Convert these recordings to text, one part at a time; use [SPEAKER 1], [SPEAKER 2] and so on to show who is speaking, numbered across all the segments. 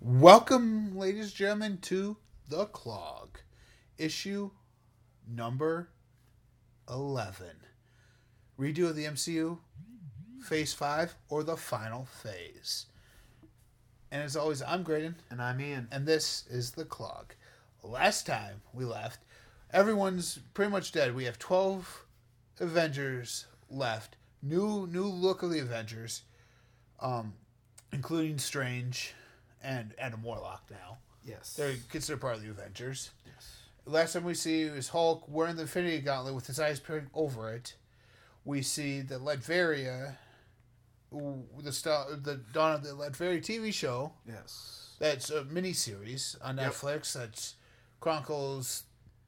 [SPEAKER 1] Welcome, ladies and gentlemen, to The Clog, issue number 11. Redo of the MCU, Phase 5, or the final phase. And as always, I'm Graydon,
[SPEAKER 2] And I'm Ian.
[SPEAKER 1] and this is The Clog. Last time we left, everyone's pretty much dead. We have 12 Avengers left. New new look of the Avengers, um, including Strange and Adam Warlock now.
[SPEAKER 2] Yes.
[SPEAKER 1] They're considered part of the Avengers.
[SPEAKER 2] Yes.
[SPEAKER 1] Last time we see is Hulk wearing the Infinity Gauntlet with his eyes peering over it. We see that Ledveria, w- the star, the Dawn of the Ledveria TV show,
[SPEAKER 2] Yes.
[SPEAKER 1] that's a miniseries on
[SPEAKER 2] Yep.
[SPEAKER 1] Netflix that chronicles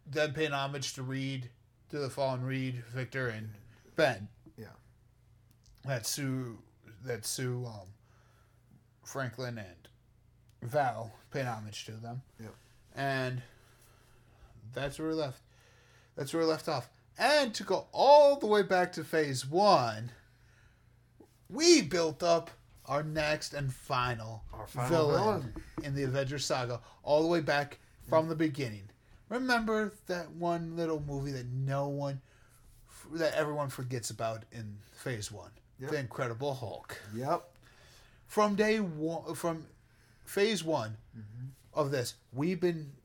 [SPEAKER 1] them paying homage to Reed, to the fallen Reed, Victor, and Ben.
[SPEAKER 2] Yeah.
[SPEAKER 1] That's Sue. That's Sue. Um, Franklin and Val paying homage to them.
[SPEAKER 2] Yep.
[SPEAKER 1] And that's where we left. That's where we left off. And to go all the way back to phase one, we built up our next and final,
[SPEAKER 2] Our final villain.
[SPEAKER 1] in the Avengers saga, all the way back from the beginning. Remember that one little movie that no one, that everyone forgets about in phase one,
[SPEAKER 2] Yep.
[SPEAKER 1] The Incredible Hulk
[SPEAKER 2] Yep.
[SPEAKER 1] from day one, from phase one of this, we've been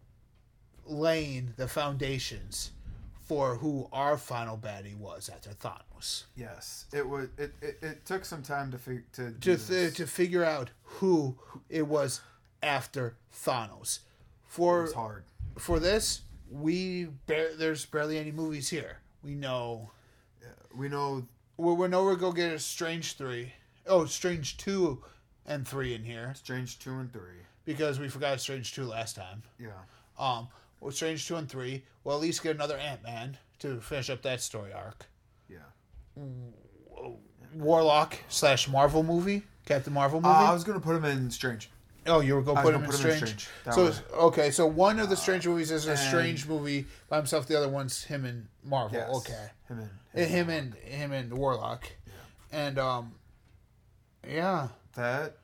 [SPEAKER 1] laying the foundations for who our final baddie was after Thanos.
[SPEAKER 2] Yes. It was. It, it, it took some time to fig- to do
[SPEAKER 1] To,
[SPEAKER 2] this.
[SPEAKER 1] th- to figure out who it was after Thanos.
[SPEAKER 2] it
[SPEAKER 1] For
[SPEAKER 2] was hard.
[SPEAKER 1] for this, we bar- there's barely any movies here. We know
[SPEAKER 2] We know.
[SPEAKER 1] we we know we're gonna get a Strange three. Oh, Strange two and three in here
[SPEAKER 2] Strange two and three.
[SPEAKER 1] because we forgot Strange two last time.
[SPEAKER 2] Yeah.
[SPEAKER 1] Um, well, Strange two and three. We'll at least get another Ant Man to finish up that story arc.
[SPEAKER 2] Yeah.
[SPEAKER 1] Warlock slash Marvel movie, Captain Marvel movie.
[SPEAKER 2] Uh, I was gonna put him in Strange.
[SPEAKER 1] oh, you were gonna
[SPEAKER 2] I was
[SPEAKER 1] put him
[SPEAKER 2] gonna
[SPEAKER 1] in
[SPEAKER 2] put him in
[SPEAKER 1] Strange.
[SPEAKER 2] Strange. That
[SPEAKER 1] So
[SPEAKER 2] was- Uh,
[SPEAKER 1] okay, so one of the Strange movies is a
[SPEAKER 2] and-
[SPEAKER 1] Strange movie by himself. The other one's him and Marvel.
[SPEAKER 2] Yes.
[SPEAKER 1] Oh, Okay,
[SPEAKER 2] Him in.
[SPEAKER 1] And him and him and Warlock, and um, yeah.
[SPEAKER 2] That.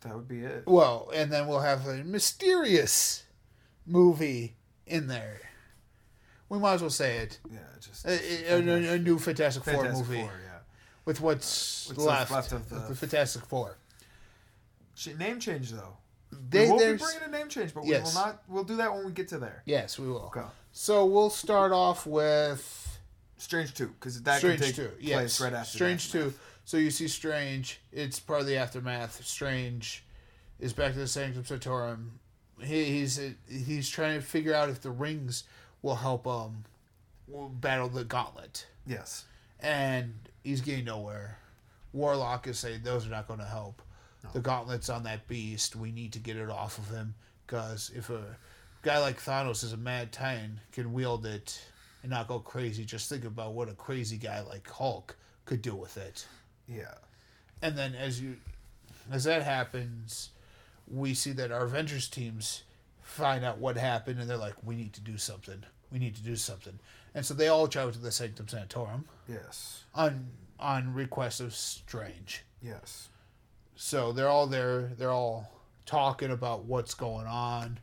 [SPEAKER 2] That would be it.
[SPEAKER 1] Well, and then we'll have a mysterious movie in there. We might as well say it.
[SPEAKER 2] Yeah. Just.
[SPEAKER 1] A, a- a- a new Fantastic, Four
[SPEAKER 2] Fantastic
[SPEAKER 1] movie.
[SPEAKER 2] Four, yeah.
[SPEAKER 1] with what's,
[SPEAKER 2] What's
[SPEAKER 1] left,
[SPEAKER 2] left of the-
[SPEAKER 1] Fantastic Four.
[SPEAKER 2] Sh- Name change though.
[SPEAKER 1] They-
[SPEAKER 2] we will be
[SPEAKER 1] there's-
[SPEAKER 2] bringing a name change, but
[SPEAKER 1] Yes.
[SPEAKER 2] we will not. We'll do that when we get to there.
[SPEAKER 1] Yes, we will.
[SPEAKER 2] Okay.
[SPEAKER 1] So we'll start off with
[SPEAKER 2] Strange two, because that
[SPEAKER 1] Strange
[SPEAKER 2] can take
[SPEAKER 1] Two.
[SPEAKER 2] place
[SPEAKER 1] Yes,
[SPEAKER 2] right after.
[SPEAKER 1] Strange
[SPEAKER 2] that.
[SPEAKER 1] Two. So you see Strange. It's part of the aftermath. Strange is back to the Sanctum Sanctorum. He, he's he's trying to figure out if the rings will help um will battle the Gauntlet,
[SPEAKER 2] Yes.
[SPEAKER 1] and he's getting nowhere. Warlock is saying those are not going to help. The gauntlet's on that beast. We need to get it off of him because if a guy like Thanos is a mad titan, can wield it and not go crazy. Just think about what a crazy guy like Hulk could do with it.
[SPEAKER 2] Yeah.
[SPEAKER 1] And then as you as that happens, we see that our Avengers teams find out what happened and they're like, we need to do something. We need to do something. And so they all travel to the Sanctum Sanctorum
[SPEAKER 2] Yes.
[SPEAKER 1] on on request of Strange.
[SPEAKER 2] Yes.
[SPEAKER 1] So they're all there. They're all talking about what's going on,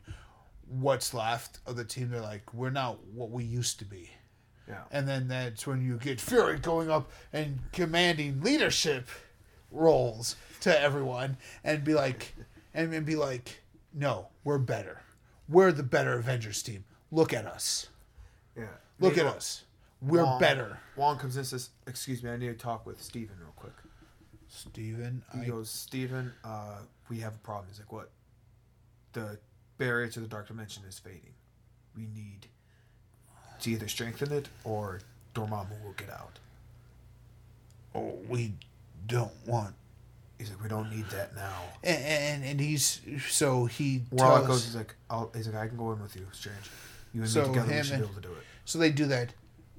[SPEAKER 1] what's left of the team. They're like, we're not what we used to be.
[SPEAKER 2] Yeah.
[SPEAKER 1] And then that's when you get Fury going up and commanding leadership roles to everyone and be like, and, and be like, no, we're better. We're the better Avengers team. Look at us.
[SPEAKER 2] Yeah.
[SPEAKER 1] Look
[SPEAKER 2] Meanwhile,
[SPEAKER 1] at us. We're
[SPEAKER 2] Wong-
[SPEAKER 1] better.
[SPEAKER 2] Wong comes in and says, "Excuse me, I need to talk with Steven real quick."
[SPEAKER 1] Steven,
[SPEAKER 2] He
[SPEAKER 1] I,
[SPEAKER 2] goes, "Steven, uh, we have a problem." He's like, "What?" The barrier to the dark dimension is fading. We need to either strengthen it or Dormammu will get out.
[SPEAKER 1] oh, we don't want
[SPEAKER 2] He's like, "We don't need that now."
[SPEAKER 1] and and, and he's so he
[SPEAKER 2] Warlock
[SPEAKER 1] tells-
[SPEAKER 2] goes, "He's like, I'll, he's like, I can go in with you, Strange. You and
[SPEAKER 1] So
[SPEAKER 2] me together, we
[SPEAKER 1] him
[SPEAKER 2] should
[SPEAKER 1] and-
[SPEAKER 2] be able to do it."
[SPEAKER 1] so they do that,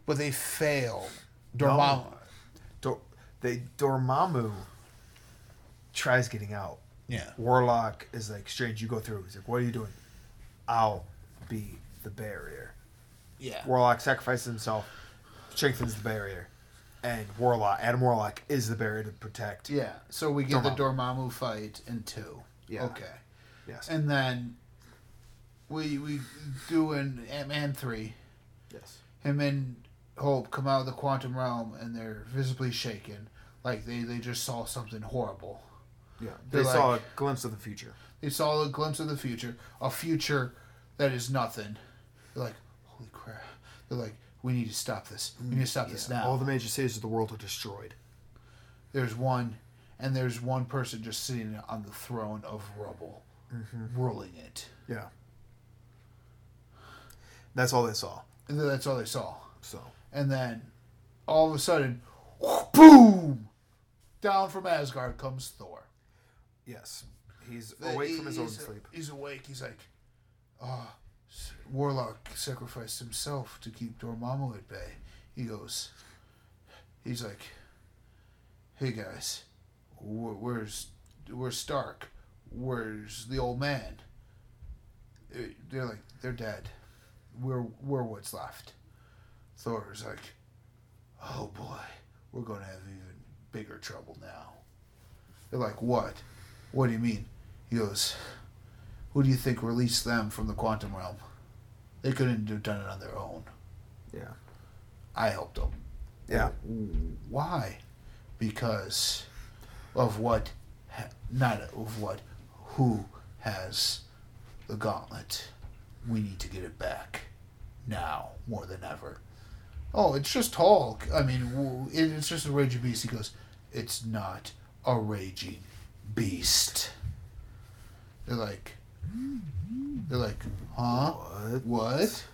[SPEAKER 1] but they fail.
[SPEAKER 2] No.
[SPEAKER 1] Dormammu,
[SPEAKER 2] Dor- they Dormammu tries getting out.
[SPEAKER 1] yeah,
[SPEAKER 2] Warlock is like, Strange, you go through. He's like, What are you doing? I'll be the barrier.
[SPEAKER 1] yeah,
[SPEAKER 2] Warlock sacrifices himself, strengthens the barrier. And Warlock, Adam Warlock, is the barrier to protect.
[SPEAKER 1] yeah. So we get
[SPEAKER 2] Dormammu.
[SPEAKER 1] the Dormammu fight in two.
[SPEAKER 2] Yeah.
[SPEAKER 1] Okay.
[SPEAKER 2] Yes.
[SPEAKER 1] And then we we do in Ant Man three.
[SPEAKER 2] yes.
[SPEAKER 1] Him and Hope come out of the quantum realm and they're visibly shaken, like they they just saw something horrible.
[SPEAKER 2] Yeah. They
[SPEAKER 1] They're
[SPEAKER 2] saw a
[SPEAKER 1] like-
[SPEAKER 2] glimpse of the future.
[SPEAKER 1] They saw a glimpse of the future, a future that is nothing. They're like, holy crap. They're like, we need to stop this. We need to stop this
[SPEAKER 2] Yeah.
[SPEAKER 1] now.
[SPEAKER 2] All the major cities of the world are destroyed.
[SPEAKER 1] there's one, and there's one person just sitting on the throne of rubble, ruling it.
[SPEAKER 2] Yeah. That's all they saw.
[SPEAKER 1] And then that's all they saw.
[SPEAKER 2] So
[SPEAKER 1] And then all of a sudden, boom! Down from Asgard comes Thor.
[SPEAKER 2] yes, he's awake from his own
[SPEAKER 1] He's-
[SPEAKER 2] sleep.
[SPEAKER 1] He's awake. He's like, ah, s Warlock sacrificed himself to keep Dormammu at bay. He goes, he's like, hey guys, wh- where's where's Stark? Where's the old man? Eh, They're like, they're dead. We're we're what's left. Thor's like, oh boy, we're gonna have even bigger trouble now. They're like, what? What do you mean? He goes, Who do you think released them from the quantum realm? They couldn't have done it on their own.
[SPEAKER 2] Yeah.
[SPEAKER 1] I helped them.
[SPEAKER 2] Yeah.
[SPEAKER 1] Why? Because of what, ha- not of what, who has the gauntlet. We need to get it back now more than ever. Oh, it's just Hulk. I mean, w- it- it's just a raging beast. He goes, it's not a raging beast. They're like, they're like, huh?
[SPEAKER 2] What?
[SPEAKER 1] What?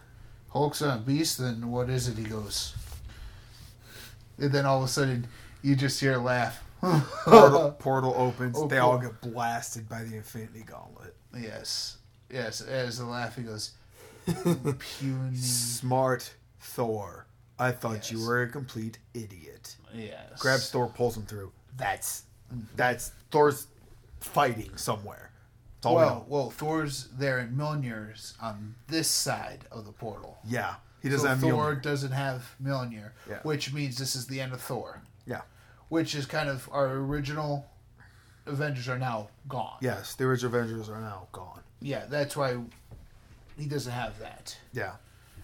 [SPEAKER 1] Hulk's not a beast, then what is it? He goes. And then all of a sudden, you just hear a laugh.
[SPEAKER 2] Portal, portal opens.
[SPEAKER 1] Oh,
[SPEAKER 2] they all
[SPEAKER 1] cool.
[SPEAKER 2] get blasted by the Infinity Gauntlet.
[SPEAKER 1] yes. Yes. As the laugh, he goes, puny.
[SPEAKER 2] Smart Thor. I thought you
[SPEAKER 1] Yes.
[SPEAKER 2] were a complete idiot.
[SPEAKER 1] Yes.
[SPEAKER 2] Grabs Thor, pulls him through. That's that's Thor's fighting somewhere. That's all we
[SPEAKER 1] Well,
[SPEAKER 2] know.
[SPEAKER 1] well, Thor's there and Mjolnir's on this side of the portal.
[SPEAKER 2] Yeah. He doesn't
[SPEAKER 1] so
[SPEAKER 2] have
[SPEAKER 1] Thor
[SPEAKER 2] Mjolnir.
[SPEAKER 1] doesn't have Mjolnir,
[SPEAKER 2] Yeah.
[SPEAKER 1] which means this is the end of Thor,
[SPEAKER 2] Yeah.
[SPEAKER 1] which is kind of our original Avengers are now gone.
[SPEAKER 2] Yes, the original Avengers are now gone.
[SPEAKER 1] Yeah, that's why he doesn't have that.
[SPEAKER 2] Yeah.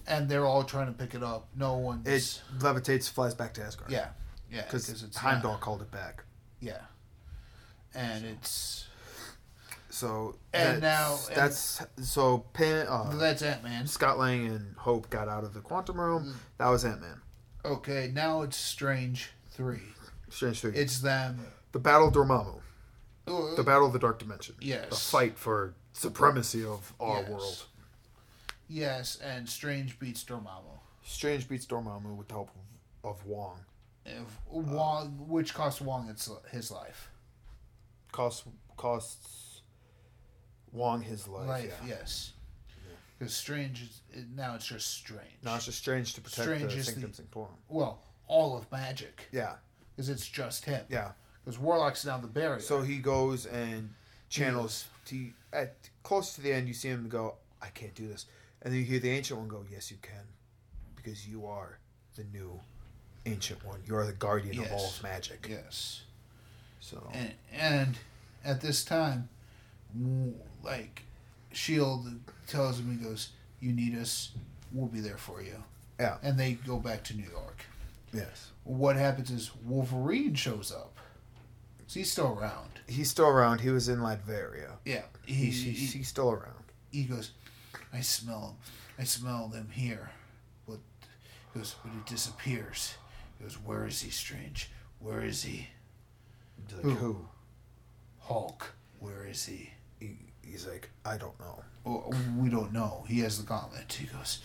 [SPEAKER 1] and they're all trying to pick it up. No one's.
[SPEAKER 2] It levitates, flies back to Asgard.
[SPEAKER 1] yeah, yeah,
[SPEAKER 2] Because
[SPEAKER 1] it's
[SPEAKER 2] Heimdall
[SPEAKER 1] not-
[SPEAKER 2] called it back.
[SPEAKER 1] Yeah, and it's
[SPEAKER 2] So
[SPEAKER 1] And
[SPEAKER 2] that's-
[SPEAKER 1] now- and-
[SPEAKER 2] that's so Pan, uh,
[SPEAKER 1] that's Ant Man.
[SPEAKER 2] Scott Lang and Hope got out of the quantum
[SPEAKER 1] Mm.
[SPEAKER 2] realm. That was Ant Man.
[SPEAKER 1] Okay, now it's Strange Three.
[SPEAKER 2] Strange three.
[SPEAKER 1] It's them.
[SPEAKER 2] the Battle of Dormammu.
[SPEAKER 1] uh,
[SPEAKER 2] The Battle of the Dark Dimension.
[SPEAKER 1] Yes.
[SPEAKER 2] The fight for supremacy of our
[SPEAKER 1] Yes.
[SPEAKER 2] world.
[SPEAKER 1] yes, and Strange beats Dormammu.
[SPEAKER 2] Strange beats Dormammu with the help of Wong.
[SPEAKER 1] If Wong, which cost Wong its, his life.
[SPEAKER 2] Costs costs Wong his life.
[SPEAKER 1] Life,
[SPEAKER 2] yeah.
[SPEAKER 1] yes. Because Strange is it- now it's just Strange.
[SPEAKER 2] Now it's just Strange to protect
[SPEAKER 1] Strange
[SPEAKER 2] the
[SPEAKER 1] is the-
[SPEAKER 2] Sanctum Sanctorum.
[SPEAKER 1] well, all of magic,
[SPEAKER 2] Yeah.
[SPEAKER 1] because it's just him.
[SPEAKER 2] Yeah.
[SPEAKER 1] Because Warlock's now the barrier.
[SPEAKER 2] So he goes and channels. He, at close to the end, you see him go, "I can't do this," and then you hear the ancient one go, "Yes, you can, because you are the new ancient one. You are the guardian of all
[SPEAKER 1] Yes.
[SPEAKER 2] of magic."
[SPEAKER 1] yes.
[SPEAKER 2] So
[SPEAKER 1] and, and at this time, w- like Shield E tells him, he goes, "You need us, we'll be there for you."
[SPEAKER 2] Yeah.
[SPEAKER 1] And they go back to New York.
[SPEAKER 2] yes,
[SPEAKER 1] What happens is Wolverine shows up. So he's still around.
[SPEAKER 2] he's still around. He was in Latveria.
[SPEAKER 1] Yeah, he,
[SPEAKER 2] He's,
[SPEAKER 1] he,
[SPEAKER 2] he's,
[SPEAKER 1] he,
[SPEAKER 2] he's still around.
[SPEAKER 1] goes, "I smell him. I smell them here." But he goes, "But it disappears." He goes, "Where is he, Strange? Where is he,
[SPEAKER 2] He's like,
[SPEAKER 1] Who?
[SPEAKER 2] Who?
[SPEAKER 1] Hulk? Where is he?"
[SPEAKER 2] He, he's like, I don't know.
[SPEAKER 1] Well, we don't know. He has the gauntlet. He goes,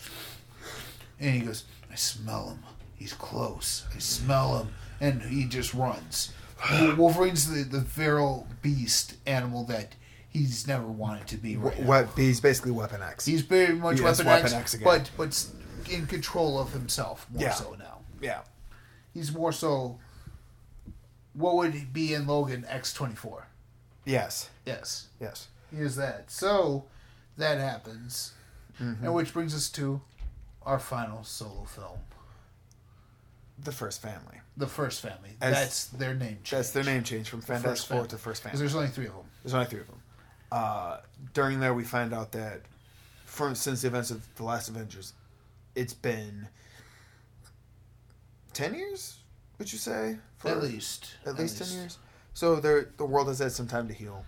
[SPEAKER 1] and he goes, I smell him. He's close. I smell him. And he just runs. Wol- Wolverine's the, the feral beast animal that he's never wanted to be right
[SPEAKER 2] What?
[SPEAKER 1] now.
[SPEAKER 2] he's basically Weapon X.
[SPEAKER 1] He's very much
[SPEAKER 2] He is
[SPEAKER 1] Weapon,
[SPEAKER 2] Weapon
[SPEAKER 1] X,
[SPEAKER 2] X again.
[SPEAKER 1] but, but s- in control of himself more
[SPEAKER 2] Yeah.
[SPEAKER 1] so now.
[SPEAKER 2] yeah,
[SPEAKER 1] He's more so, what would he be in Logan X24?
[SPEAKER 2] yes,
[SPEAKER 1] Yes.
[SPEAKER 2] yes.
[SPEAKER 1] Here's that. So that happens.
[SPEAKER 2] Mm-hmm.
[SPEAKER 1] And which brings us to our final solo film.
[SPEAKER 2] The first family.
[SPEAKER 1] The First Family.
[SPEAKER 2] As-
[SPEAKER 1] That's their name change.
[SPEAKER 2] That's their name change from Fantastic
[SPEAKER 1] First
[SPEAKER 2] Four
[SPEAKER 1] Family.
[SPEAKER 2] to First Family.
[SPEAKER 1] Because there's only three of them.
[SPEAKER 2] There's only three of them. Uh, during there, we find out that, for since the events of the last Avengers, it's been ten years. Would you say? For,
[SPEAKER 1] at least.
[SPEAKER 2] at least ten years. So there, the world has had some time to heal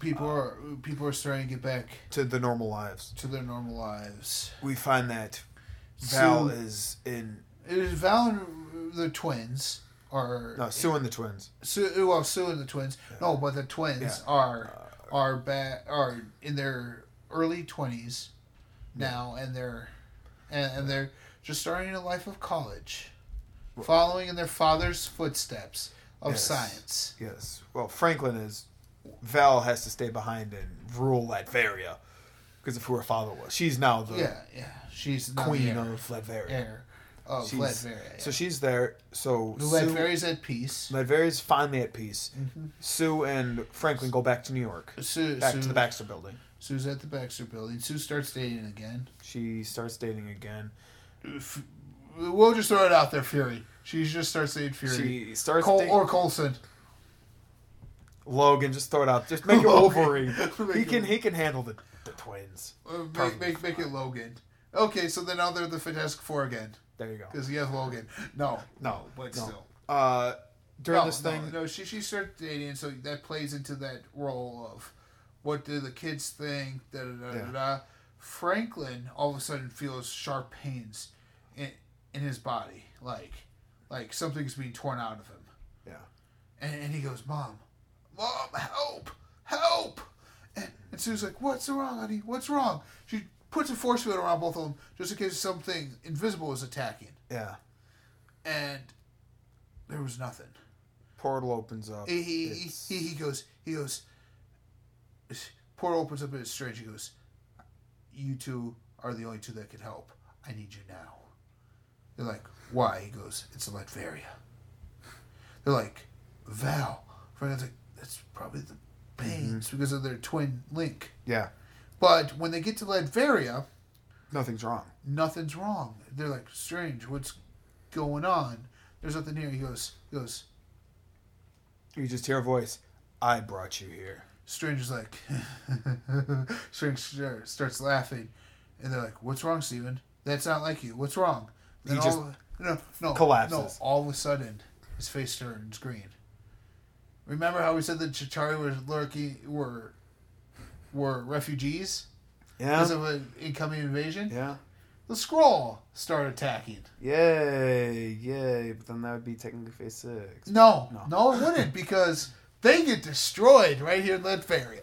[SPEAKER 1] People are people are starting to get back
[SPEAKER 2] to the normal lives.
[SPEAKER 1] to their normal lives.
[SPEAKER 2] We find that Val
[SPEAKER 1] Sue-
[SPEAKER 2] is in
[SPEAKER 1] It is Val and the twins are
[SPEAKER 2] no Sue and the twins.
[SPEAKER 1] Sue, well, Sue and the twins. No, but the twins
[SPEAKER 2] Yeah. Uh,
[SPEAKER 1] are are ba- are in their early twenties now, and they're and, and they're just starting a life of college, following in their father's footsteps of
[SPEAKER 2] Yes.
[SPEAKER 1] science.
[SPEAKER 2] Yes. Well, Franklin is. Val has to stay behind and rule Latveria because of who her father was. She's now the
[SPEAKER 1] Yeah, yeah. She's now the
[SPEAKER 2] queen
[SPEAKER 1] heir,
[SPEAKER 2] of Latveria.
[SPEAKER 1] heir of
[SPEAKER 2] She's-
[SPEAKER 1] Latveria.
[SPEAKER 2] So she's there. So
[SPEAKER 1] the
[SPEAKER 2] Sue-
[SPEAKER 1] Latveria's at peace.
[SPEAKER 2] Latveria's finally at peace.
[SPEAKER 1] Mm-hmm.
[SPEAKER 2] Sue and Franklin go back to New York,
[SPEAKER 1] Sue,
[SPEAKER 2] back
[SPEAKER 1] Sue,
[SPEAKER 2] to the Baxter Building.
[SPEAKER 1] Sue's at the Baxter Building. Sue starts dating again.
[SPEAKER 2] She starts dating again.
[SPEAKER 1] F- We'll just throw it out there, Fury. She just starts dating Fury.
[SPEAKER 2] She starts
[SPEAKER 1] Col-
[SPEAKER 2] dating
[SPEAKER 1] or Colson.
[SPEAKER 2] Logan. Just throw it out. Just make it
[SPEAKER 1] Logan.
[SPEAKER 2] Wolverine.
[SPEAKER 1] Make
[SPEAKER 2] he
[SPEAKER 1] it-
[SPEAKER 2] can he can handle the, the twins.
[SPEAKER 1] Uh, Make,
[SPEAKER 2] Perfect.
[SPEAKER 1] make, make it Logan. Okay, so then now they're the Fantastic Four again
[SPEAKER 2] There you go.
[SPEAKER 1] because he has Logan. No,
[SPEAKER 2] No,
[SPEAKER 1] but
[SPEAKER 2] no.
[SPEAKER 1] still.
[SPEAKER 2] Uh, during
[SPEAKER 1] no,
[SPEAKER 2] this
[SPEAKER 1] no,
[SPEAKER 2] thing,
[SPEAKER 1] no, she she starts dating, so that plays into that role of what do the kids think? Da da da da.
[SPEAKER 2] Yeah.
[SPEAKER 1] da. Franklin all of a sudden feels sharp pains in in his body, like like something's being torn out of him.
[SPEAKER 2] yeah.
[SPEAKER 1] And, and he goes, Mom, Mom, help, help. And, and Sue's like, What's wrong, honey? What's wrong? She puts a force field around both of them just in case something invisible is attacking.
[SPEAKER 2] Yeah.
[SPEAKER 1] And there was nothing.
[SPEAKER 2] Portal opens up.
[SPEAKER 1] He, he, he-
[SPEAKER 2] It's-
[SPEAKER 1] he, he goes, He goes, Portal opens up and it's strange. He goes, You two are the only two that can help. I need you now. They're like, Why? He goes, It's Latveria. They're like, Val. Fernand's like, that's probably the pains because of their twin link.
[SPEAKER 2] yeah.
[SPEAKER 1] But when they get to Latveria,
[SPEAKER 2] Nothing's wrong.
[SPEAKER 1] nothing's wrong. They're like, strange, what's going on? There's nothing here. He goes, he goes,
[SPEAKER 2] You just hear a voice. I brought you here.
[SPEAKER 1] Strange is like, Strange star- starts laughing. And they're like, what's wrong, Steven? That's not like you. What's wrong?
[SPEAKER 2] He
[SPEAKER 1] Then
[SPEAKER 2] just
[SPEAKER 1] all, no, no,
[SPEAKER 2] collapses.
[SPEAKER 1] No, all of a sudden, his face turns green. Remember how we said that Chitauri was lurking, were, were refugees?
[SPEAKER 2] Yeah.
[SPEAKER 1] because of an incoming invasion.
[SPEAKER 2] yeah.
[SPEAKER 1] The scroll start attacking.
[SPEAKER 2] Yay, yay. But then that would be technically phase six.
[SPEAKER 1] No, no,
[SPEAKER 2] No.
[SPEAKER 1] it wouldn't because they get destroyed right here in Ledferia.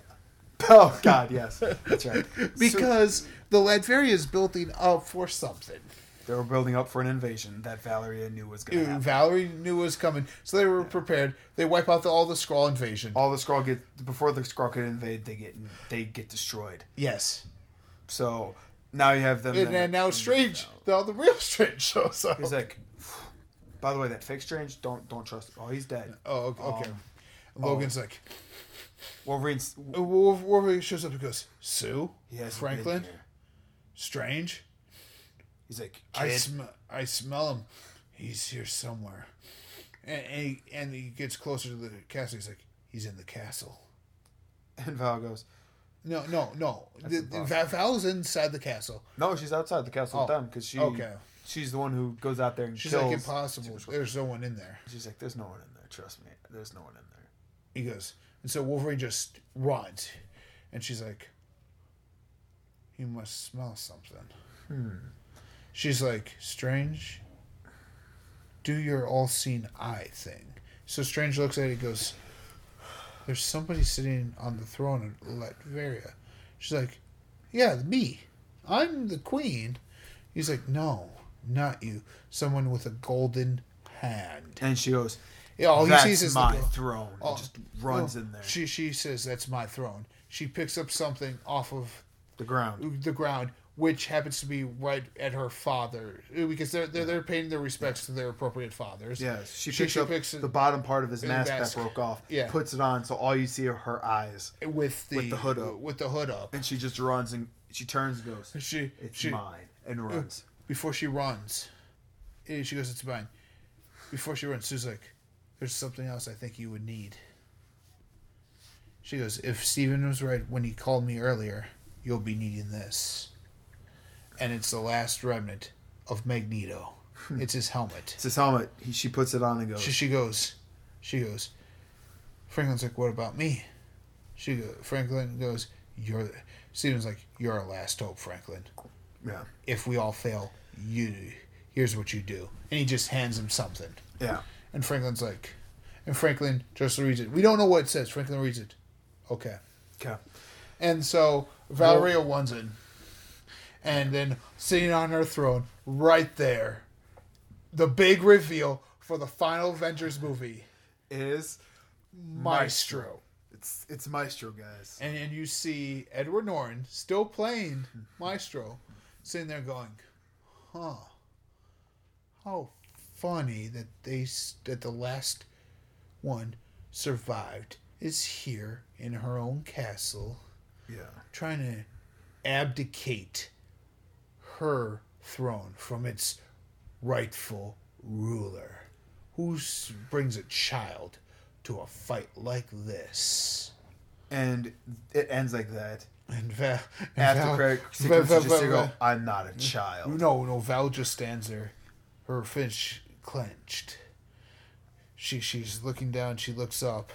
[SPEAKER 2] Oh, God, yes. That's right. So
[SPEAKER 1] Because the Ledferia is building up for something.
[SPEAKER 2] they were building up for an invasion that Valeria knew was going to happen.
[SPEAKER 1] Valerie knew it was coming, so they were prepared. They wipe out the, all the scroll invasion.
[SPEAKER 2] All the Skrull get before the Skrull could invade, they get they get destroyed.
[SPEAKER 1] Yes.
[SPEAKER 2] So now you have them.
[SPEAKER 1] And,
[SPEAKER 2] there.
[SPEAKER 1] then now Strange, now the real Strange shows up.
[SPEAKER 2] He's like, by the way, that fake Strange, don't don't trust. Him. Oh, he's dead.
[SPEAKER 1] oh, okay. okay.
[SPEAKER 2] Um,
[SPEAKER 1] Logan's like,
[SPEAKER 2] Wolverine's.
[SPEAKER 1] Wolf- Wolverine shows up and goes, Sue?
[SPEAKER 2] He hasn't
[SPEAKER 1] Franklin?
[SPEAKER 2] been here.
[SPEAKER 1] Strange?
[SPEAKER 2] He's like,
[SPEAKER 1] I
[SPEAKER 2] kid,
[SPEAKER 1] sm- I smell him. He's here somewhere. And and he, and he gets closer to the castle. He's like, he's in the castle.
[SPEAKER 2] and Val goes,
[SPEAKER 1] No, no, no. The, the,
[SPEAKER 2] impossible.
[SPEAKER 1] Val- Val's inside the castle.
[SPEAKER 2] no, she's outside the castle with
[SPEAKER 1] Oh,
[SPEAKER 2] them because she
[SPEAKER 1] okay.
[SPEAKER 2] she's the one who goes out there and
[SPEAKER 1] She's
[SPEAKER 2] kills.
[SPEAKER 1] like, impossible. There's no one in there.
[SPEAKER 2] She's like, there's no one in there. Trust me, there's no one in there.
[SPEAKER 1] He goes, and so Wolverine just runs, and she's like, he must smell something. She's like, strange. Do your all-seeing eye thing. So Strange looks at it and goes, "There's somebody sitting on the throne in Latveria." She's like, "Yeah, me. I'm the queen." He's like, "No, not you. Someone with a golden hand."
[SPEAKER 2] And she goes,
[SPEAKER 1] Yeah, all
[SPEAKER 2] That's
[SPEAKER 1] he sees is the
[SPEAKER 2] my
[SPEAKER 1] glo-
[SPEAKER 2] throne.
[SPEAKER 1] Oh,
[SPEAKER 2] and just runs
[SPEAKER 1] no.
[SPEAKER 2] in there.
[SPEAKER 1] She she says that's my throne. She picks up something off of
[SPEAKER 2] the ground.
[SPEAKER 1] the ground, which happens to be right at her father, because they're they're, they're paying their respects to their appropriate fathers.
[SPEAKER 2] Yeah, she
[SPEAKER 1] She-
[SPEAKER 2] picks
[SPEAKER 1] she
[SPEAKER 2] up
[SPEAKER 1] picks it-
[SPEAKER 2] the bottom part of his
[SPEAKER 1] the
[SPEAKER 2] mask
[SPEAKER 1] mask.
[SPEAKER 2] that broke off.
[SPEAKER 1] Yeah.
[SPEAKER 2] puts it on so all you see are her eyes,
[SPEAKER 1] with the
[SPEAKER 2] With the hood up.
[SPEAKER 1] With the hood up.
[SPEAKER 2] and she just runs and she turns and goes,
[SPEAKER 1] She
[SPEAKER 2] "It's
[SPEAKER 1] she
[SPEAKER 2] mine," and runs.
[SPEAKER 1] before she runs, eh, she goes, "It's mine." Before she runs, she's like, "There's something else I think you would need." She goes, If Steven was right when he called me earlier, you'll be needing this. And it's the last remnant of Magneto. it's his helmet.
[SPEAKER 2] It's his helmet. He, she puts it on and goes.
[SPEAKER 1] She, she goes, she goes. Franklin's like, what about me? She go, Franklin goes, you're. Steven's like, you're our last hope, Franklin.
[SPEAKER 2] yeah,
[SPEAKER 1] If we all fail, you. Here's what you do, and he just hands him something.
[SPEAKER 2] yeah.
[SPEAKER 1] And Franklin's like, and Franklin just reads it. We don't know what it says. Franklin reads it. Okay.
[SPEAKER 2] Okay.
[SPEAKER 1] And so Valeria wins it. And then sitting on her throne, right there, the big reveal for the final Avengers movie,
[SPEAKER 2] Is
[SPEAKER 1] Maestro.
[SPEAKER 2] it's it's Maestro, guys.
[SPEAKER 1] And, and you see Edward Norton still playing Maestro, sitting there going, huh, how funny that they s- that the last one survived is here in her own castle
[SPEAKER 2] Yeah.
[SPEAKER 1] trying to abdicate her throne from its rightful ruler, who s- brings a child to a fight like this.
[SPEAKER 2] And it ends like that.
[SPEAKER 1] And Val, and
[SPEAKER 2] After
[SPEAKER 1] Val-
[SPEAKER 2] credit
[SPEAKER 1] Val-
[SPEAKER 2] sequence,
[SPEAKER 1] Val-
[SPEAKER 2] you just
[SPEAKER 1] Val-
[SPEAKER 2] go, "I'm not a
[SPEAKER 1] Val-
[SPEAKER 2] child."
[SPEAKER 1] no, no, Val just stands there, her fist clenched. She she's looking down. She looks up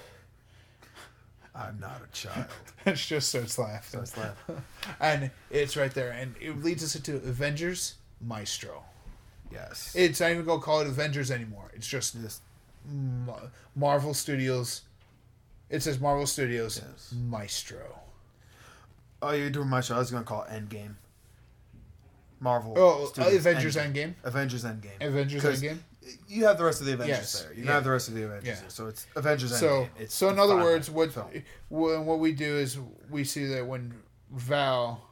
[SPEAKER 2] I'm not a child.
[SPEAKER 1] and she just starts laughing.
[SPEAKER 2] Starts laughing.
[SPEAKER 1] And it's right there, and it leads us into Avengers Maestro.
[SPEAKER 2] Yes.
[SPEAKER 1] It's not even gonna call it Avengers anymore. It's just
[SPEAKER 2] Just-
[SPEAKER 1] Ma- Marvel Studios. It says Marvel Studios
[SPEAKER 2] Yes.
[SPEAKER 1] Maestro.
[SPEAKER 2] oh, you're doing Maestro. I was gonna call it Endgame. Marvel.
[SPEAKER 1] Oh,
[SPEAKER 2] Studios
[SPEAKER 1] Avengers
[SPEAKER 2] Endgame.
[SPEAKER 1] Endgame.
[SPEAKER 2] Avengers Endgame.
[SPEAKER 1] Avengers
[SPEAKER 2] 'Cause
[SPEAKER 1] Endgame?
[SPEAKER 2] You have the rest of the Avengers
[SPEAKER 1] Yes,
[SPEAKER 2] there. You
[SPEAKER 1] yeah.
[SPEAKER 2] have the rest of the Avengers
[SPEAKER 1] Yeah.
[SPEAKER 2] there. So it's Avengers
[SPEAKER 1] So,
[SPEAKER 2] Endgame. It's
[SPEAKER 1] so in
[SPEAKER 2] the
[SPEAKER 1] other
[SPEAKER 2] final
[SPEAKER 1] words, what
[SPEAKER 2] film.
[SPEAKER 1] when, what we do is we see that when Val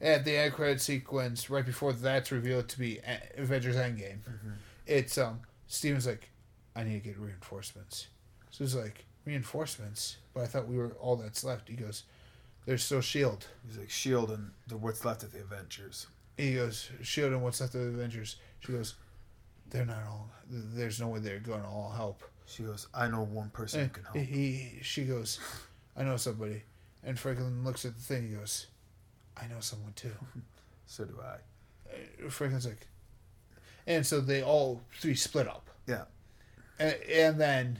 [SPEAKER 1] at the end credit sequence right before that's revealed to be A- Avengers Endgame,
[SPEAKER 2] Mm-hmm.
[SPEAKER 1] it's um Steven's like, I need to get reinforcements. So he's like reinforcements, but I thought we were all that's left. He goes, "There's still Shield."
[SPEAKER 2] He's like Shield and the what's left of the Avengers.
[SPEAKER 1] He goes, Shield E and what's left of the Avengers. She goes, they're not all. There's no way they're gonna all help.
[SPEAKER 2] She goes, I know one person who can help.
[SPEAKER 1] Eh, He, she goes, I know somebody. And Franklin looks at the thing. He goes, I know someone too.
[SPEAKER 2] So do I.
[SPEAKER 1] Uh, Franklin's like, and so they all three split up.
[SPEAKER 2] Yeah.
[SPEAKER 1] And, and then,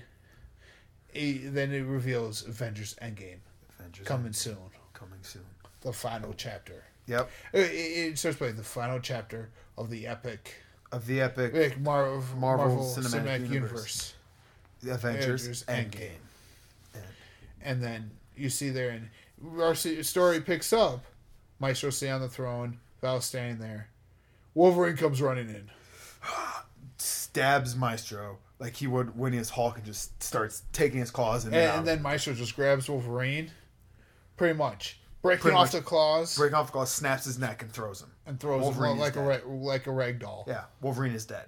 [SPEAKER 1] he, then it reveals Avengers Endgame
[SPEAKER 2] Avengers
[SPEAKER 1] coming
[SPEAKER 2] Endgame.
[SPEAKER 1] soon,
[SPEAKER 2] Coming soon.
[SPEAKER 1] the final chapter.
[SPEAKER 2] Yep.
[SPEAKER 1] It, it it starts playing the final chapter of the epic
[SPEAKER 2] Of the epic
[SPEAKER 1] like Mar- Marvel, Cinematic, Universe.
[SPEAKER 2] Cinematic Universe. Avengers,
[SPEAKER 1] Avengers
[SPEAKER 2] Endgame.
[SPEAKER 1] and then you see there, and our s- story picks up. Maestro sitting on the throne, Val standing there. Wolverine comes running in.
[SPEAKER 2] Stabs Maestro like he would when he was Hulk and just starts taking his claws and, um,
[SPEAKER 1] And,
[SPEAKER 2] out.
[SPEAKER 1] and then Maestro just grabs Wolverine, pretty much, breaking
[SPEAKER 2] Pretty
[SPEAKER 1] off
[SPEAKER 2] much.
[SPEAKER 1] the claws
[SPEAKER 2] break off the claws, snaps his neck and throws him.
[SPEAKER 1] and throws
[SPEAKER 2] Wolverine
[SPEAKER 1] him
[SPEAKER 2] is
[SPEAKER 1] like a,
[SPEAKER 2] dead.
[SPEAKER 1] rag, like a rag doll.
[SPEAKER 2] Yeah, Wolverine is dead.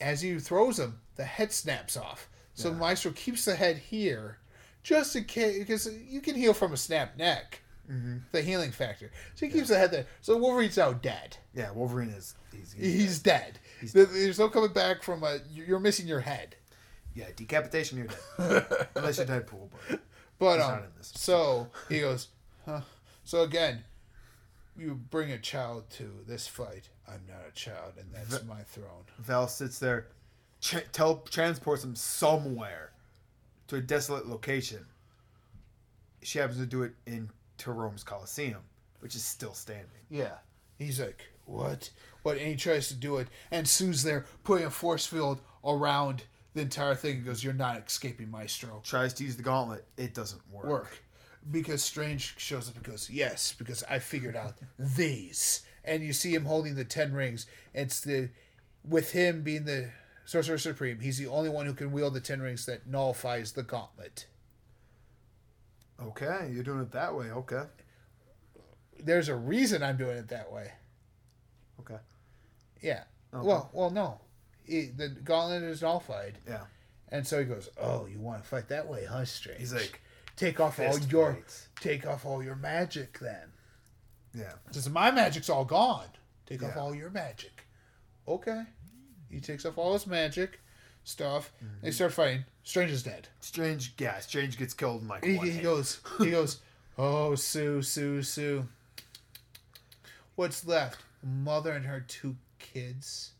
[SPEAKER 1] As he throws him, the head snaps off. So Maestro keeps the head here, just in case, because you can heal from a snap neck,
[SPEAKER 2] Mm-hmm.
[SPEAKER 1] the healing factor. So he keeps the head there. So Wolverine's now dead.
[SPEAKER 2] Yeah, Wolverine is he's, he's-
[SPEAKER 1] He's dead. There- There's no coming back from a. you- You're missing your head.
[SPEAKER 2] yeah decapitation. You're dead unless you're Deadpool. But
[SPEAKER 1] But
[SPEAKER 2] He's
[SPEAKER 1] um,
[SPEAKER 2] not in this.
[SPEAKER 1] so he goes. Huh. So again, you bring a child to this fight. I'm not a child, and that's my throne.
[SPEAKER 2] Val sits there, tra- tel- transports him somewhere to a desolate location. She happens to do it into Rome's Colosseum, which is still standing.
[SPEAKER 1] Yeah. He's like, what? What? And he tries to do it, and Sue's there putting a force field around the entire thing. and goes, "You're not escaping, Maestro."
[SPEAKER 2] Tries to use the gauntlet, it doesn't work.
[SPEAKER 1] work because Strange shows up and goes, Yes, because I figured out these. And you see him holding the 10 rings. It's the, with him being the Sorcerer Supreme, he's the only one who can wield the 10 rings that nullifies the gauntlet.
[SPEAKER 2] Okay, you're doing it that way. Okay.
[SPEAKER 1] There's a reason I'm doing it that way.
[SPEAKER 2] Okay.
[SPEAKER 1] Yeah. Well, well, no. He, the gauntlet is nullified.
[SPEAKER 2] Yeah.
[SPEAKER 1] And so he goes, "Oh, you want to fight that way, huh, Strange?"
[SPEAKER 2] He's like,
[SPEAKER 1] "Take off all
[SPEAKER 2] fist
[SPEAKER 1] your,
[SPEAKER 2] fights.
[SPEAKER 1] take off all your magic, then."
[SPEAKER 2] Yeah.
[SPEAKER 1] Since my magic's all gone, take off
[SPEAKER 2] Yeah.
[SPEAKER 1] all your magic. Okay. He takes off all his magic. stuff. They start fighting. Strange is dead.
[SPEAKER 2] Strange, yeah, Strange gets killed in like
[SPEAKER 1] He,
[SPEAKER 2] one
[SPEAKER 1] he
[SPEAKER 2] hit.
[SPEAKER 1] goes, he goes, oh, Sue, Sue, Sue. What's left? Mother and her two kids.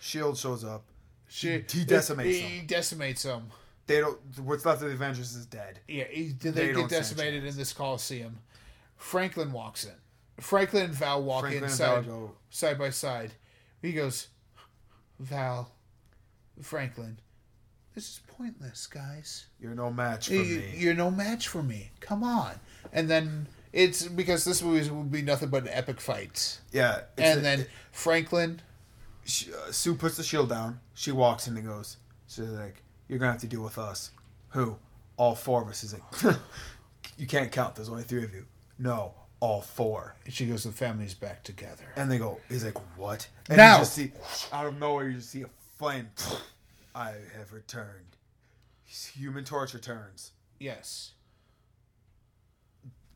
[SPEAKER 2] Shield E shows up.
[SPEAKER 1] She,
[SPEAKER 2] He decimates
[SPEAKER 1] he, He decimates them.
[SPEAKER 2] They don't. What's left of the Avengers is dead.
[SPEAKER 1] Yeah, he, they, they get
[SPEAKER 2] don't stand a
[SPEAKER 1] decimated in this Coliseum. Franklin walks in. Franklin and Val walk
[SPEAKER 2] Franklin and
[SPEAKER 1] inside,
[SPEAKER 2] Val go-
[SPEAKER 1] side by side. He goes, Val, Franklin, this is pointless, guys.
[SPEAKER 2] You're no match for
[SPEAKER 1] You,
[SPEAKER 2] me.
[SPEAKER 1] you're no match for me. Come on. And then it's because this movie will be nothing but an epic fight.
[SPEAKER 2] Yeah. it's
[SPEAKER 1] And
[SPEAKER 2] a-
[SPEAKER 1] then Franklin,
[SPEAKER 2] she, uh, Sue puts the shield down. She walks in and goes, she's like, you're going to have to deal with us. Who? All four of us. He's like, you can't count. There's only three of you. No, all four.
[SPEAKER 1] she goes, the family's back together.
[SPEAKER 2] And they go, he's like, what? And
[SPEAKER 1] Now.
[SPEAKER 2] you just see, out of nowhere, you just see a flame. I have returned. Human Torch returns.
[SPEAKER 1] Yes.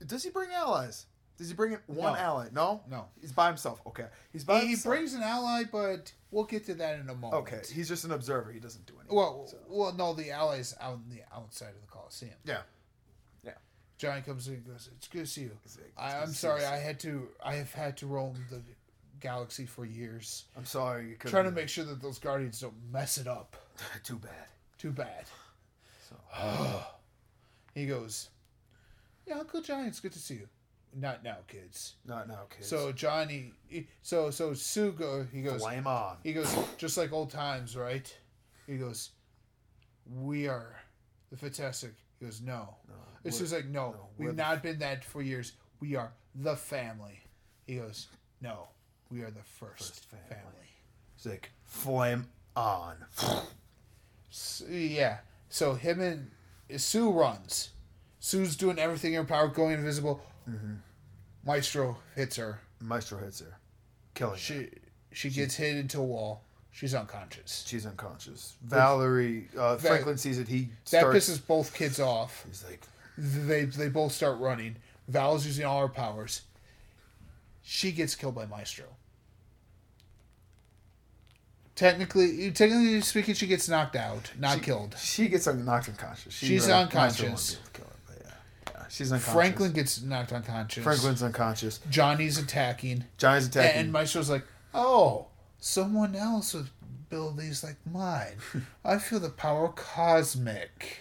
[SPEAKER 2] Does he bring allies? Does he bring in one
[SPEAKER 1] No.
[SPEAKER 2] ally? No?
[SPEAKER 1] No.
[SPEAKER 2] He's by himself. Okay. He's by
[SPEAKER 1] He
[SPEAKER 2] himself.
[SPEAKER 1] brings an ally, but we'll get to that in a moment.
[SPEAKER 2] okay. He's just an observer. He doesn't do anything.
[SPEAKER 1] Well,
[SPEAKER 2] so.
[SPEAKER 1] well, no, the allies out on the outside of the Coliseum.
[SPEAKER 2] Yeah.
[SPEAKER 1] Johnny comes in and goes, "It's good to see you.
[SPEAKER 2] He's like, "It's
[SPEAKER 1] I,
[SPEAKER 2] good
[SPEAKER 1] I'm
[SPEAKER 2] to see
[SPEAKER 1] sorry,
[SPEAKER 2] you."
[SPEAKER 1] I had to. I have had to roam the galaxy for years,
[SPEAKER 2] I'm sorry. You couldn't
[SPEAKER 1] trying to
[SPEAKER 2] do
[SPEAKER 1] make sure that those Guardians don't mess it up.
[SPEAKER 2] that. Too bad.
[SPEAKER 1] Too bad."
[SPEAKER 2] So.
[SPEAKER 1] He goes, "Yeah, Uncle Johnny, it's good to see you. Not now, kids."
[SPEAKER 2] Not now, kids.
[SPEAKER 1] So Johnny, he- so so Sue go. He goes,
[SPEAKER 2] flame on.
[SPEAKER 1] He goes, just like old times, right? He goes, we are the fantastic. He goes, no. it's just like, no,
[SPEAKER 2] we're
[SPEAKER 1] we've
[SPEAKER 2] the-
[SPEAKER 1] not been that for years. We are the family. He goes, no, we are the first,
[SPEAKER 2] First family.
[SPEAKER 1] family.
[SPEAKER 2] He's like, flame on.
[SPEAKER 1] S yeah. So him and Sue runs. Sue's doing everything in her power, going invisible.
[SPEAKER 2] Mm-hmm.
[SPEAKER 1] Maestro hits her.
[SPEAKER 2] Maestro hits her, killing her.
[SPEAKER 1] She she gets hit into a wall. She's unconscious.
[SPEAKER 2] She's unconscious. Valerie uh, Franklin sees it. He
[SPEAKER 1] That
[SPEAKER 2] starts.
[SPEAKER 1] pisses both kids off.
[SPEAKER 2] he's like,
[SPEAKER 1] they they both start running. Val's using all her powers. She gets killed by Maestro. Technically, technically speaking, she gets knocked out, not killed.
[SPEAKER 2] she gets un- knocked unconscious. She
[SPEAKER 1] She's
[SPEAKER 2] really- Maestro
[SPEAKER 1] unconscious.
[SPEAKER 2] won't be able to kill her, but yeah. Yeah, She's unconscious.
[SPEAKER 1] Franklin gets knocked unconscious.
[SPEAKER 2] Franklin's unconscious.
[SPEAKER 1] Johnny's attacking,
[SPEAKER 2] Johnny's attacking.
[SPEAKER 1] and Maestro's like, "Oh, someone else with abilities like mine. I feel the power cosmic."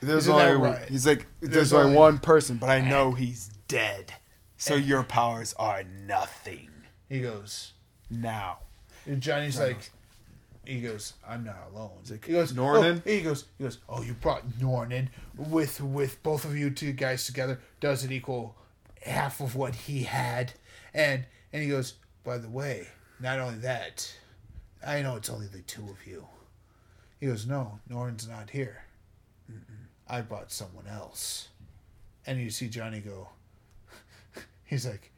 [SPEAKER 2] there's
[SPEAKER 1] isn't that
[SPEAKER 2] only
[SPEAKER 1] right?
[SPEAKER 2] he's like there's,
[SPEAKER 1] There's
[SPEAKER 2] only,
[SPEAKER 1] only-
[SPEAKER 2] one person, but I know he's dead. So your powers are nothing
[SPEAKER 1] He goes,
[SPEAKER 2] now.
[SPEAKER 1] And Johnny's like, he goes, I'm not alone.
[SPEAKER 2] like,
[SPEAKER 1] he goes,
[SPEAKER 2] Nornan?
[SPEAKER 1] Oh, he goes, he goes, oh, you brought Nornan with with both of you two guys together. Does it equal half of what he had? And and he goes, by the way, not only that, I know it's only the two of you. He goes, no, Nornan's not here. I brought someone else. And you see Johnny go. He's like,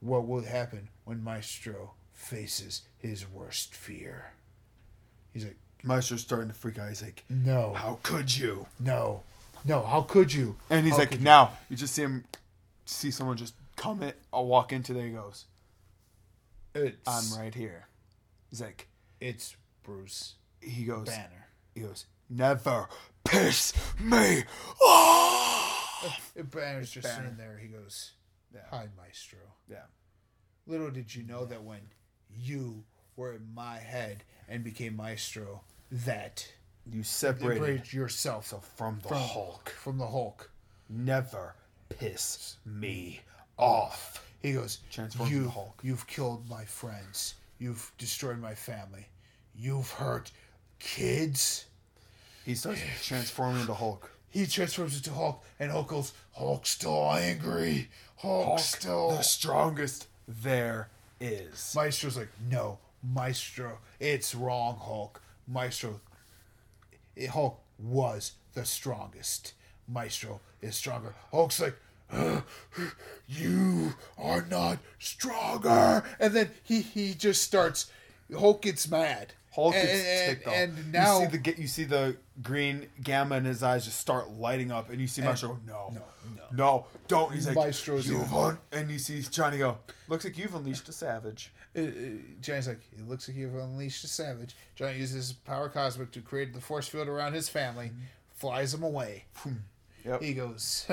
[SPEAKER 1] what will happen when Maestro faces his worst fear? He's like,
[SPEAKER 2] Maestro's starting to freak out. He's like,
[SPEAKER 1] no,
[SPEAKER 2] "How could you?"
[SPEAKER 1] no, no, how could you?
[SPEAKER 2] And he's
[SPEAKER 1] How
[SPEAKER 2] like,
[SPEAKER 1] could you?
[SPEAKER 2] now you just see him, see someone just come in, I'll walk into there. He goes,
[SPEAKER 1] it's,
[SPEAKER 2] I'm right here. He's like,
[SPEAKER 1] it's Bruce
[SPEAKER 2] he goes,
[SPEAKER 1] Banner.
[SPEAKER 2] he goes, never piss me off.
[SPEAKER 1] Uh, Banner's just
[SPEAKER 2] Banner.
[SPEAKER 1] sitting there. He goes,
[SPEAKER 2] Yeah.
[SPEAKER 1] hi, Maestro.
[SPEAKER 2] Yeah.
[SPEAKER 1] Little did you know that when you were in my head and became Maestro, that
[SPEAKER 2] You
[SPEAKER 1] you
[SPEAKER 2] separated
[SPEAKER 1] braved yourself
[SPEAKER 2] from the Hulk.
[SPEAKER 1] from the Hulk.
[SPEAKER 2] Never piss me off.
[SPEAKER 1] He goes,
[SPEAKER 2] Transforms
[SPEAKER 1] you,
[SPEAKER 2] into Hulk."
[SPEAKER 1] You've killed my friends. You've destroyed my family. You've hurt kids.
[SPEAKER 2] He starts transforming into Hulk.
[SPEAKER 1] He transforms into Hulk, and Hulk goes, Hulk's still angry. Hulk, still.
[SPEAKER 2] the strongest there is.
[SPEAKER 1] Maestro's like, no, Maestro, it's wrong, Hulk. Maestro, it- Hulk was the strongest. Maestro is stronger. Hulk's like, "Ugh, you are not stronger. And then he, he just starts, Hulk gets mad.
[SPEAKER 2] Hulk
[SPEAKER 3] And-
[SPEAKER 2] gets
[SPEAKER 3] and-
[SPEAKER 2] ticked off.
[SPEAKER 3] and
[SPEAKER 2] you
[SPEAKER 3] now-
[SPEAKER 2] see the ga- you see the green gamma in his eyes just start lighting up, and you see Maestro. No,
[SPEAKER 3] no, no.
[SPEAKER 2] no, don't. He's like
[SPEAKER 1] Maestro's
[SPEAKER 2] "You've
[SPEAKER 1] evil."
[SPEAKER 2] un-" and you see Johnny go. Looks like you've unleashed a savage.
[SPEAKER 1] Uh, uh, Johnny's like, it looks like you've unleashed a savage. Johnny uses his power cosmic to create the force field around his family, flies him away.
[SPEAKER 2] Yep.
[SPEAKER 1] He goes,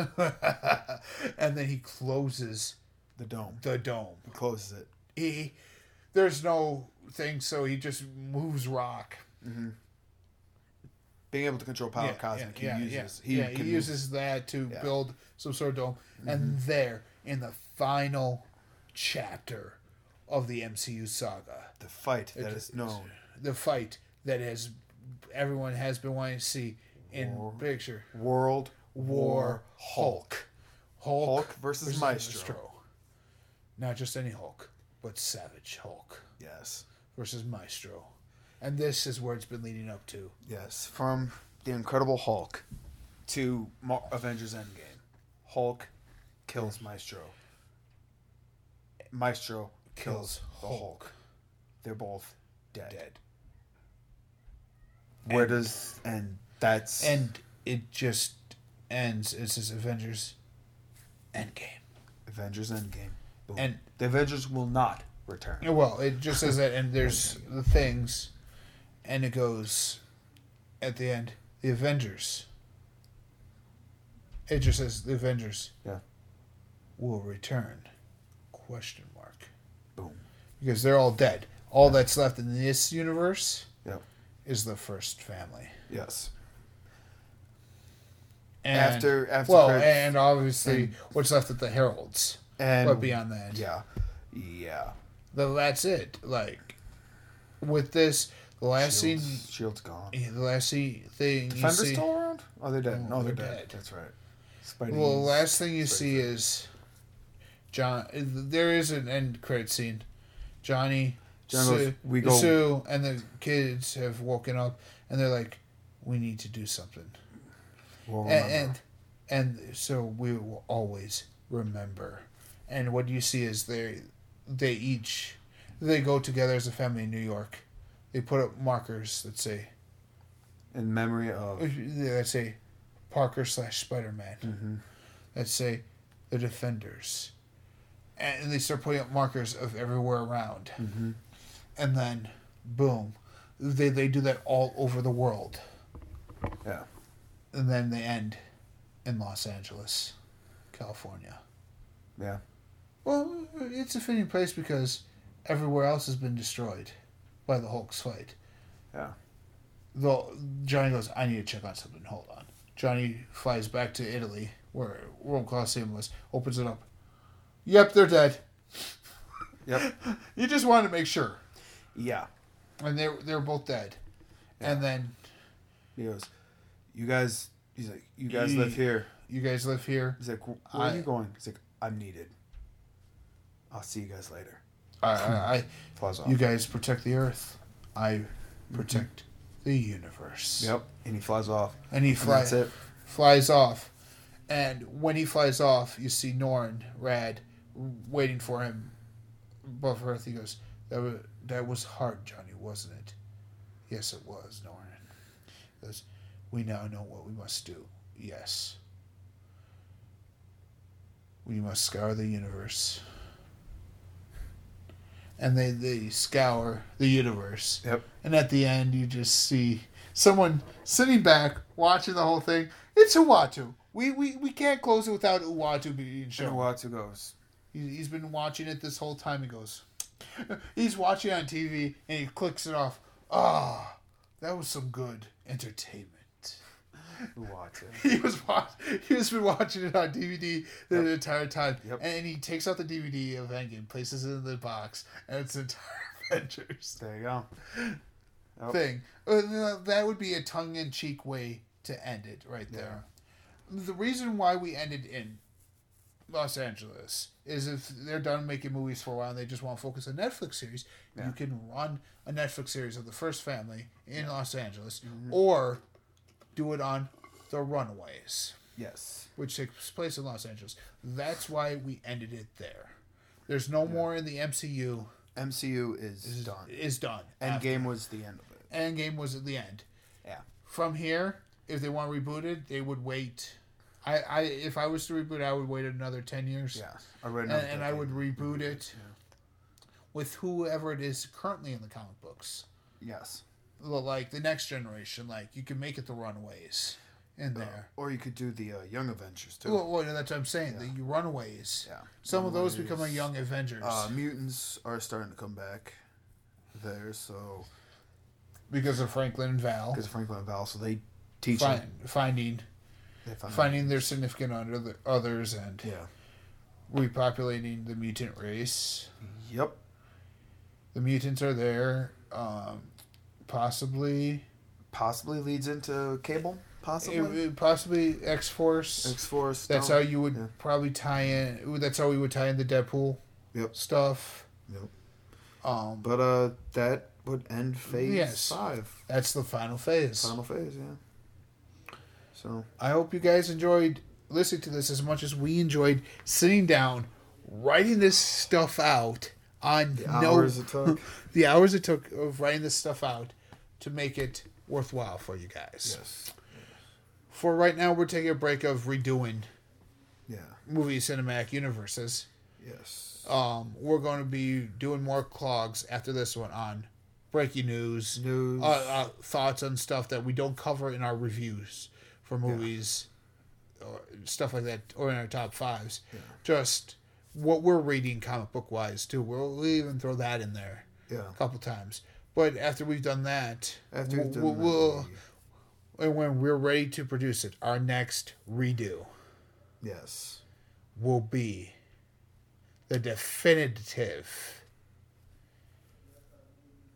[SPEAKER 1] and then he closes
[SPEAKER 2] The dome
[SPEAKER 1] the dome.
[SPEAKER 2] closes it.
[SPEAKER 1] He, there's no thing, so he just moves rock.
[SPEAKER 2] Being able to control power
[SPEAKER 1] Yeah,
[SPEAKER 2] cosmic,
[SPEAKER 1] yeah,
[SPEAKER 2] he
[SPEAKER 1] yeah,
[SPEAKER 2] uses.
[SPEAKER 1] yeah,
[SPEAKER 2] can
[SPEAKER 1] he uses that to
[SPEAKER 2] Yeah. Mm-hmm.
[SPEAKER 1] build some sort of dome. And there, in the final chapter of the MCU saga,
[SPEAKER 2] the fight that is known.
[SPEAKER 1] the fight that has everyone has been wanting to see in picture
[SPEAKER 2] World
[SPEAKER 1] War Hulk. Hulk,
[SPEAKER 2] Hulk versus Maestro.
[SPEAKER 1] Not just any Hulk, but Savage Hulk
[SPEAKER 2] Yes.
[SPEAKER 1] versus Maestro. And this is where it's been leading up to.
[SPEAKER 2] Yes, from the Incredible Hulk to Mar- Avengers Endgame. Hulk kills Maestro. Maestro kills,
[SPEAKER 1] Kills
[SPEAKER 2] the
[SPEAKER 1] Hulk.
[SPEAKER 2] Hulk. They're both dead.
[SPEAKER 1] Dead.
[SPEAKER 2] Where does and that's
[SPEAKER 1] And it just ends. It says Avengers Endgame.
[SPEAKER 2] Avengers Endgame. Boom.
[SPEAKER 1] And-
[SPEAKER 2] the Avengers will not return.
[SPEAKER 1] Yeah, Well, it just says that, and there's the things, and it goes at the end the Avengers. It just says the Avengers.
[SPEAKER 2] Yeah.
[SPEAKER 1] Will return? Question mark.
[SPEAKER 2] Boom.
[SPEAKER 1] Because they're all dead. All that's left in this universe
[SPEAKER 2] Yep.
[SPEAKER 1] is the first family.
[SPEAKER 2] Yes.
[SPEAKER 1] And,
[SPEAKER 2] After- after
[SPEAKER 1] well,
[SPEAKER 2] credits-
[SPEAKER 1] and obviously what's left at the heralds,
[SPEAKER 2] And
[SPEAKER 1] but beyond that,
[SPEAKER 2] yeah, yeah.
[SPEAKER 1] Though that's it. Like with this, the last scene
[SPEAKER 2] Shields- Shield's gone.
[SPEAKER 1] Yeah, the last see- thing you
[SPEAKER 2] Defender's
[SPEAKER 1] see.
[SPEAKER 2] still around? Oh, they're dead.
[SPEAKER 1] No,
[SPEAKER 2] No, they're,
[SPEAKER 1] they're
[SPEAKER 2] dead.
[SPEAKER 1] dead.
[SPEAKER 2] That's right. Spidey.
[SPEAKER 1] Well, the last thing you see is John. There is an end credit scene. Johnny,
[SPEAKER 2] John
[SPEAKER 1] Sue,
[SPEAKER 2] goes, "We go."
[SPEAKER 1] Sue, and the kids have woken up, and they're like, "We need to do something."
[SPEAKER 2] We'll remember.
[SPEAKER 1] And, and and so we will always remember. And what you see is they they each they go together as a family in New York. They put up markers that say
[SPEAKER 2] in memory of
[SPEAKER 1] that say Parker slash Spider Man.
[SPEAKER 2] Mm-hmm.
[SPEAKER 1] That say the Defenders, and they start putting up markers of everywhere around,
[SPEAKER 2] Mm-hmm.
[SPEAKER 1] and then boom, they they do that all over the world,
[SPEAKER 2] yeah.
[SPEAKER 1] and then they end in Los Angeles, California.
[SPEAKER 2] Yeah.
[SPEAKER 1] Well, it's a fitting place because everywhere else has been destroyed by the Hulk's fight.
[SPEAKER 2] Yeah.
[SPEAKER 1] Though Johnny goes, I need to check on something. Hold on. Johnny flies back to Italy, where World Colosseum was. Opens it up. Yep, they're dead.
[SPEAKER 2] Yep.
[SPEAKER 1] You just wanted to make sure,
[SPEAKER 2] Yeah.
[SPEAKER 1] and they're they're both dead. And then
[SPEAKER 2] He goes, You guys he's like, You guys live here.
[SPEAKER 1] you guys live here.
[SPEAKER 2] He's like, "Wh- Where are
[SPEAKER 1] I-
[SPEAKER 2] you going? He's like, I'm needed. I'll see you guys later.
[SPEAKER 1] I, I,
[SPEAKER 2] Flies off.
[SPEAKER 1] I you guys protect the Earth. I protect the universe.
[SPEAKER 2] Mm-hmm. yep. And he flies off.
[SPEAKER 1] And he
[SPEAKER 2] And
[SPEAKER 1] flies
[SPEAKER 2] that's it.
[SPEAKER 1] flies off, and when he flies off, you see Norn Rad waiting for him above Earth. He goes, "That was that was hard, Johnny, wasn't it?" Yes, it was, Norn. He goes, "We now know what we must do. Yes, we must scour the universe." And they, they scour the universe.
[SPEAKER 2] Yep.
[SPEAKER 1] And at the end, you just see someone sitting back watching the whole thing. It's Uatu. We, we, we can't close it without Uatu being
[SPEAKER 2] And
[SPEAKER 1] shown.
[SPEAKER 2] Watsu goes.
[SPEAKER 1] He, he's been watching it this whole time. He goes, he's watching on TV and he clicks it off. Ah, that was some good entertainment.
[SPEAKER 2] Watsu.
[SPEAKER 1] He was watch, he was been watching it on DVD the entire time,
[SPEAKER 2] Yep.
[SPEAKER 1] and he takes out the DVD of Endgame, places it in the box, and it's entire Avengers
[SPEAKER 2] There you go. Yep.
[SPEAKER 1] thing. Uh, th- That would be a tongue in cheek way to end it right there. The reason why we ended in Los Angeles is if they're done making movies for a while and they just want to focus on Netflix series, you can run a Netflix series of the first family in Los Angeles or do it on The Runaways,
[SPEAKER 2] Yes.
[SPEAKER 1] which takes place in Los Angeles. That's why we ended it there. There's no more in the MCU
[SPEAKER 2] MCU is done.
[SPEAKER 1] is done.
[SPEAKER 2] Endgame was the end of it.
[SPEAKER 1] Endgame was at the end.
[SPEAKER 2] Yeah.
[SPEAKER 1] From here, if they want rebooted, they would wait. I, I if I was to reboot, I would wait another ten years.
[SPEAKER 2] Yeah, I read
[SPEAKER 1] And,
[SPEAKER 2] another
[SPEAKER 1] and I
[SPEAKER 2] decade.
[SPEAKER 1] would reboot it with whoever it is currently in the comic books,
[SPEAKER 2] Yes,
[SPEAKER 1] L- like the next generation. Like you can make it the Runaways in there.
[SPEAKER 2] or you could do Oh, the uh, Young Avengers too.
[SPEAKER 1] Well, well, that's what I'm saying. The Runaways.
[SPEAKER 2] yeah,
[SPEAKER 1] Some of those
[SPEAKER 2] Runaways.
[SPEAKER 1] become a Young Avengers
[SPEAKER 2] Uh, mutants are starting to come back there, so
[SPEAKER 1] because of Franklin and Val
[SPEAKER 2] because Franklin and Val, so they teach
[SPEAKER 1] fi-
[SPEAKER 2] them.
[SPEAKER 1] finding
[SPEAKER 2] They find
[SPEAKER 1] finding their significant other, others and
[SPEAKER 2] Uh-huh. Yeah.
[SPEAKER 1] repopulating the mutant race.
[SPEAKER 2] Yep.
[SPEAKER 1] The mutants are there. Um, possibly,
[SPEAKER 2] Possibly leads into Cable. Possibly.
[SPEAKER 1] possibly, possibly X Force.
[SPEAKER 2] X Force.
[SPEAKER 1] That's how you would
[SPEAKER 2] yeah.
[SPEAKER 1] probably tie in. ooh, That's how we would tie in the Deadpool
[SPEAKER 2] Yep.
[SPEAKER 1] stuff.
[SPEAKER 2] Yep.
[SPEAKER 1] Um,
[SPEAKER 2] But uh, that would end Phase
[SPEAKER 1] Yes.
[SPEAKER 2] Five.
[SPEAKER 1] that's the final phase.
[SPEAKER 2] Final phase, yeah. So
[SPEAKER 1] I hope you guys enjoyed listening to this as much as we enjoyed sitting down, writing this stuff out on
[SPEAKER 2] the
[SPEAKER 1] no
[SPEAKER 2] hours it took.
[SPEAKER 1] the hours it took of writing this stuff out to make it worthwhile for you guys.
[SPEAKER 2] yes.
[SPEAKER 1] For right now, we're taking a break of redoing
[SPEAKER 2] Yeah.
[SPEAKER 1] movie cinematic universes.
[SPEAKER 2] Yes.
[SPEAKER 1] Um, we're going to be doing more clogs after this one on breaking news,
[SPEAKER 2] News.
[SPEAKER 1] Uh, uh, thoughts on stuff that we don't cover in our reviews for movies, or stuff like that, or in our top fives. Just what we're reading comic book wise too. We'll, we'll even throw that in there
[SPEAKER 2] yeah.
[SPEAKER 1] a couple times. But after we've done that,
[SPEAKER 2] After we've done
[SPEAKER 1] we'll,
[SPEAKER 2] that,
[SPEAKER 1] we'll and when we're ready to produce it, our next redo
[SPEAKER 2] Yes.
[SPEAKER 1] will be the definitive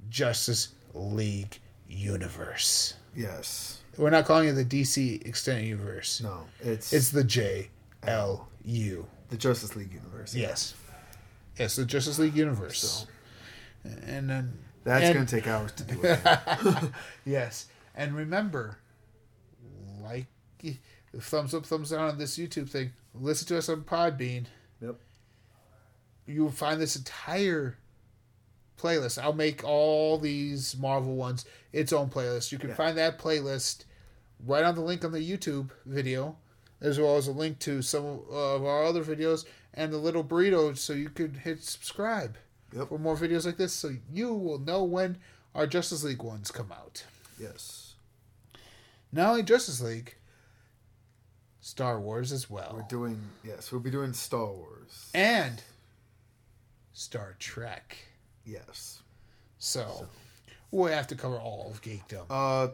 [SPEAKER 1] Justice League universe.
[SPEAKER 2] Yes.
[SPEAKER 1] We're not calling it the DC extended universe.
[SPEAKER 2] No. It's
[SPEAKER 1] It's the JLU.
[SPEAKER 2] the Justice League universe.
[SPEAKER 1] Yes. Yes, the Justice League universe.
[SPEAKER 2] So.
[SPEAKER 1] And then
[SPEAKER 2] That's
[SPEAKER 1] And-
[SPEAKER 2] gonna take hours to do it.
[SPEAKER 1] Yes. And remember, like, thumbs up, thumbs down on this YouTube thing. Listen to us on Podbean.
[SPEAKER 2] yep.
[SPEAKER 1] You'll find this entire playlist. I'll make all these Marvel ones its own playlist. You can
[SPEAKER 2] Yeah.
[SPEAKER 1] find that playlist right on the link on the YouTube video, as well as a link to some of our other videos and the little burrito, so you could hit subscribe
[SPEAKER 2] Yep.
[SPEAKER 1] for more videos like this, so you will know when our Justice League ones come out.
[SPEAKER 2] Yes.
[SPEAKER 1] not only Justice League, Star Wars as well,
[SPEAKER 2] We're doing yes. We'll be doing Star Wars.
[SPEAKER 1] and Star Trek.
[SPEAKER 2] Yes.
[SPEAKER 1] So, we'll have to cover all of geekdom.
[SPEAKER 2] Uh,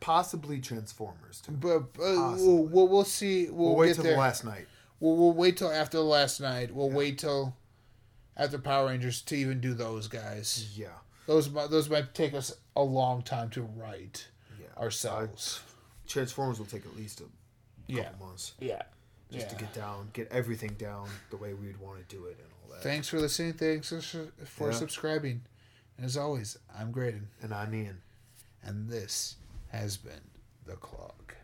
[SPEAKER 2] possibly Transformers too.
[SPEAKER 1] but but
[SPEAKER 2] possibly.
[SPEAKER 1] we'll, we'll we'll see. We'll,
[SPEAKER 2] We'll wait
[SPEAKER 1] get
[SPEAKER 2] till
[SPEAKER 1] there.
[SPEAKER 2] the last night.
[SPEAKER 1] We'll, we'll wait till after the last night. We'll wait till after Power Rangers to even do those guys.
[SPEAKER 2] Yeah.
[SPEAKER 1] Those might those might take us a long time to write
[SPEAKER 2] Yeah.
[SPEAKER 1] ourselves.
[SPEAKER 2] Transformers will take at least a couple
[SPEAKER 1] yeah,
[SPEAKER 2] months
[SPEAKER 1] yeah,
[SPEAKER 2] just to
[SPEAKER 1] Yeah.
[SPEAKER 2] get down, get everything down the way we would want to do it and all that.
[SPEAKER 1] Thanks for listening. Thanks for, for
[SPEAKER 2] Yeah.
[SPEAKER 1] subscribing. And as always, I'm Graydon.
[SPEAKER 2] and I'm Ian.
[SPEAKER 1] And this has been The Clog.